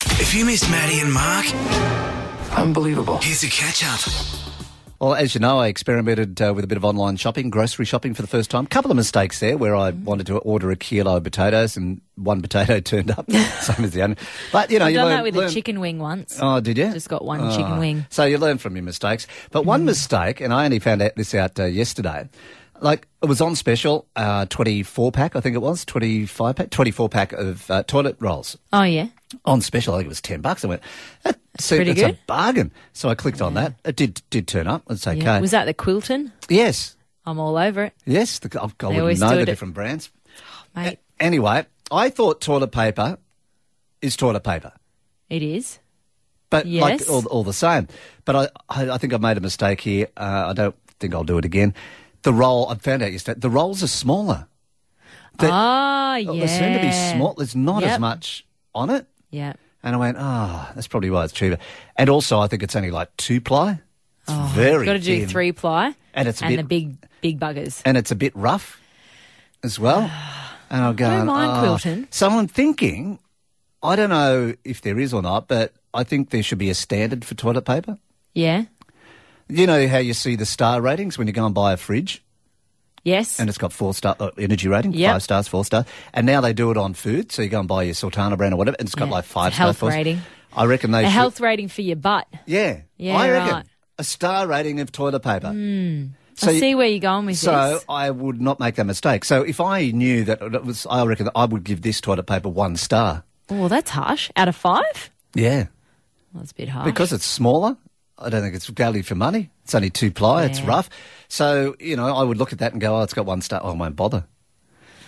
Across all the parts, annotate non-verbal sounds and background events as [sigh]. If you missed Maddie and Mark, Unbelievable. here's a catch up. Well, as you know, I experimented uh, with a bit of online shopping, grocery shopping for the first time. Couple of mistakes there where I Mm-hmm. wanted to order a kilo of potatoes and one potato [laughs] turned [laughs] up, same as the other. But, you know, I've you done learn- that with learn- a chicken wing once. Oh, did you? Just got one chicken wing. Mm-hmm. So you learn from your mistakes. But one mistake, and I only found out this out uh, yesterday, like it was on special, uh, 24 pack, I think it was, 25 pack, 24 pack of uh, toilet rolls Oh yeah. on special. I think it was ten bucks. I went, that seemed, pretty it's a good. bargain. So I clicked on that. It did did turn up. It's okay. Yeah. Was that the Quilton? yes, I'm all over it, yes. The, I, I wouldn't always know do the it at- different brands. mate. Anyway, I thought toilet paper is toilet paper, It is. but Yes. like all, all the same. But I, I, I think I've made a mistake here. Uh, I don't think I'll do it again. The roll I found out yesterday. The rolls are smaller. They- Ah, yeah. They seem oh, to be small. There's not as Yep. much on it. Yeah. And I went, ah, that's probably why it's cheaper. And also, I think it's only like two ply. It's very Got to Oh, do thin. three ply. And it's a and bit- the big big buggers. and it's a bit rough as [sighs] well. And I'm going, mind "Oh." quilting. So I'm thinking, I don't know if there is or not, but I think there should be a standard for toilet paper. Yeah. You know how you see the star ratings when you go and buy a fridge, Yes. and it's got four star uh, energy rating, Yep. five stars, four stars, and now they do it on food. So you go and buy your Sultana brand or whatever, and it's got Yeah, like it's a five health stars. rating. I reckon they a should, health rating for your butt. Yeah. Yeah, I reckon right. Hmm. a star rating of toilet paper. So, I see where you're going with so this. I would not make that mistake. So if I knew that it was, I reckon that I would give this toilet paper one star. Oh, that's harsh. Out of five? Yeah. Well, that's a bit harsh. Because it's smaller. I don't think it's value for money. It's only two ply. It's Yeah. rough. So, you know, I would look at that and go, oh, it's got one star. Oh, I won't bother.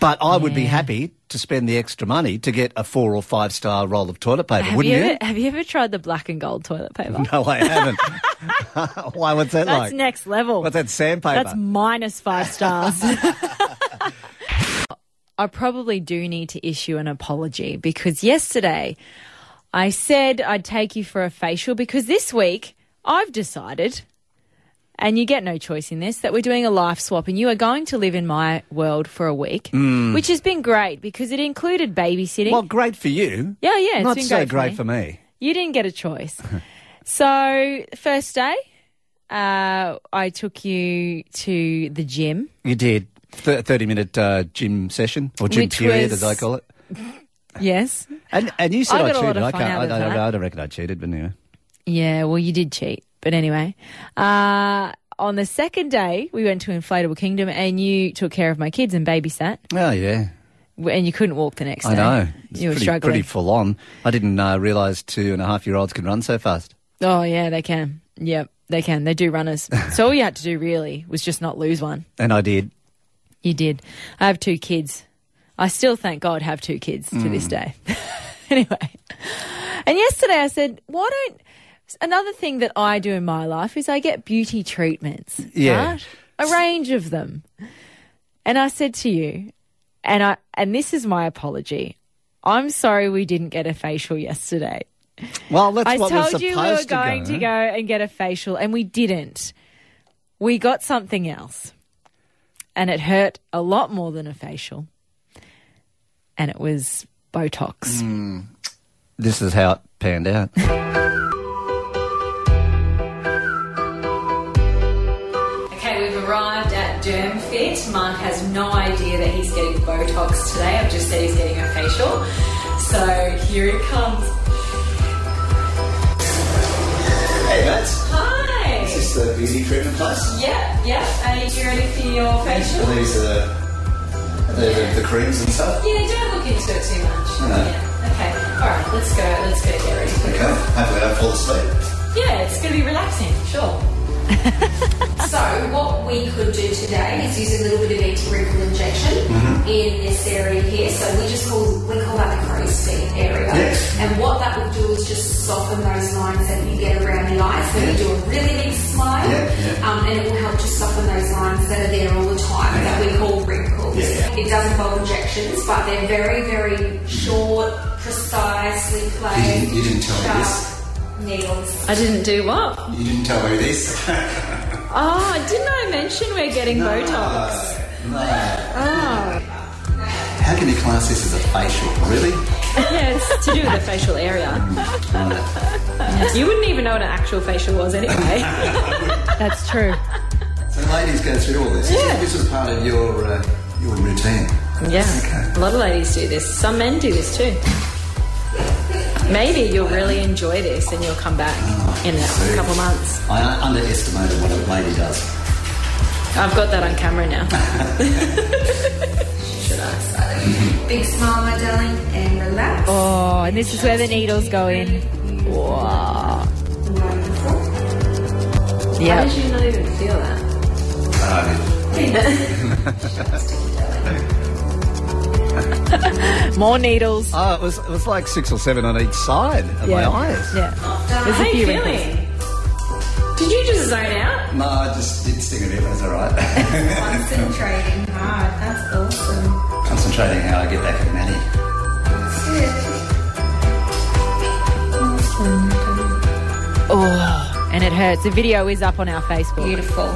But I would be Yeah. happy to spend the extra money to get a four or five star roll of toilet paper, have wouldn't you, you? [laughs] Ever, [laughs] have you ever tried the black and gold toilet paper? No, I haven't. Why? What's that [laughs] That's like? next level. What's that sandpaper? That's minus five stars. I probably do need to issue an apology because yesterday I said I'd take you for a facial because this week I've decided, and you get no choice in this, that we're doing a life swap and you are going to live in my world for a week, which has been great because it included babysitting. Well, great for you. yeah, yeah, it's Not been so great, great me. for me. You didn't get a choice. so, first day, uh, I took you to the gym. You did. Th- 30 minute uh, gym session, or gym Which period, as was- I call it. Yes. And, and you said I I, got a lot cheated. of I fun can't. out I, of I, that. I don't reckon I cheated, but anyway. Yeah, well, you did cheat. But anyway, uh, on the second day, we went to Inflatable Kingdom and you took care of my kids and babysat, Oh, yeah. w- and you couldn't walk the next I day. know. It's You were pretty, struggling. pretty full on. I didn't uh, realise two and a half year olds can run so fast. oh, yeah, they can. Yep, they can. They [laughs] do runners. so, all you had to do really was just not lose one. And I did. You did. I have two kids. I still, thank God, have two kids to Mm. this day. [laughs] anyway. And yesterday I said, why don't. Another thing that I do in my life is I get beauty treatments. Yeah. right? A range of them. And I said to you, and I and this is my apology. I'm sorry we didn't get a facial yesterday. Well, that's I what we're told supposed you we were to going go. to go and get a facial, and we didn't. We got something else, and it hurt a lot more than a facial, and it was Botox. This is how it panned out. Okay, we've arrived at DermFit. Mark has no idea that he's getting Botox today. I've just said he's getting a facial. So here it comes. hey, that's Hi! is the beauty treatment place. Yep, yep. Are you ready for your facial? these are the, the, the creams and stuff. Yeah, don't look into it too much. Yeah. Okay. All right. Let's go. Let's go get ready. For it. Hopefully, I fall asleep. Yeah, it's gonna be relaxing. Sure. So what we could do today is use a little bit of anti-wrinkle injection Mm-hmm. in this area here. So we just call we call that the crow's feet area. Yes. And what that will do is just soften those lines that you get around the eyes. So you do a really big smile, Yeah, yeah. Um, and it will help to soften those lines that are there all the time that we call wrinkles. Yeah, yeah. It does involve injections, but they're very very short, precisely placed, you didn't tell me sharp this. needles. I didn't do what? You didn't tell me [laughs] this. Oh, didn't I mention we're getting Botox? Oh. How can you class this as a facial? Really? [laughs] Yeah, it's to do with the facial area. [laughs] you wouldn't even know what an actual facial was [laughs] anyway. That's true. So ladies go through all this. Yeah. This is part of your uh, your routine. Yeah, Okay. a lot of ladies do this. Some men do this too. Maybe you'll really enjoy this and you'll come back Oh, in a couple months. I un- underestimated what a lady does. I've got that on camera now. Big smile, my darling, and relax. Oh, and this is where the needles go in. Wow. Wonderful. How Yeah. did you not even feel that? More needles. Oh, it was, it was like six or seven on each side of my Yeah. eyes. Yeah. How are you few wrinkles. feeling? Did you just zone out? No, I just did sting a bit. That's all right. [laughs] Concentrating hard. That's awesome. Concentrating how I get back at Maddie. Oh, and it hurts. The video is up on our Facebook. Beautiful.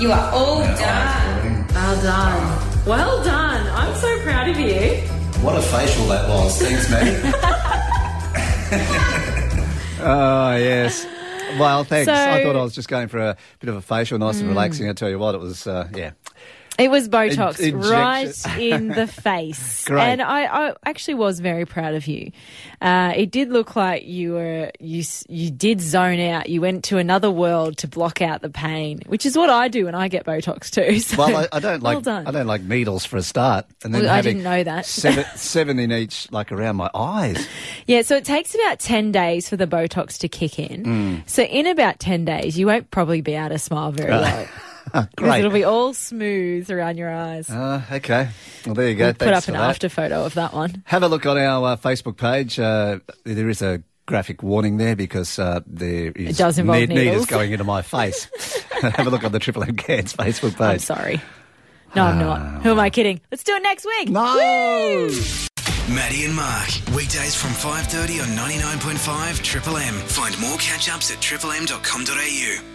You are all done. Well done. Well done. I'm so proud of you. What a facial that was. Thanks, Maddie. [laughs] Oh, yes. Well, thanks. I So- Mm. thought I was just going for a bit of a facial, nice and relaxing. I tell you what, it was, uh, yeah. It was Botox In- [laughs] right in the face. Great. And I, I actually was very proud of you. Uh, it did look like you were you s- you did zone out. You went to another world to block out the pain, which is what I do when I get Botox too. [laughs] So, Well, I, I don't well like done. I don't like needles for a start, and then Well, I having didn't know that. [laughs] seven, seven in each, like around my eyes. Yeah, so it takes about 10 days for the Botox to kick in. Mm. So in about 10 days, you won't probably be able to smile [laughs] very well. Because it'll Ah, Great. be all smooth around your eyes. Uh, okay. Well, there you go. We'll Put Thanks up for an that. after photo of that one. Have a look on our uh, Facebook page. Uh, there is a graphic warning there because uh, there is It does involve need- needles needles. going into my [laughs] face. Have a look on the Triple M Cairns Facebook page. I'm sorry. No, I'm not. Who am I kidding? Let's do it next week. No. Maddie and Mark. Weekdays from 5.30 on 99.5 Triple M. Find more catch-ups at triplem.com.au.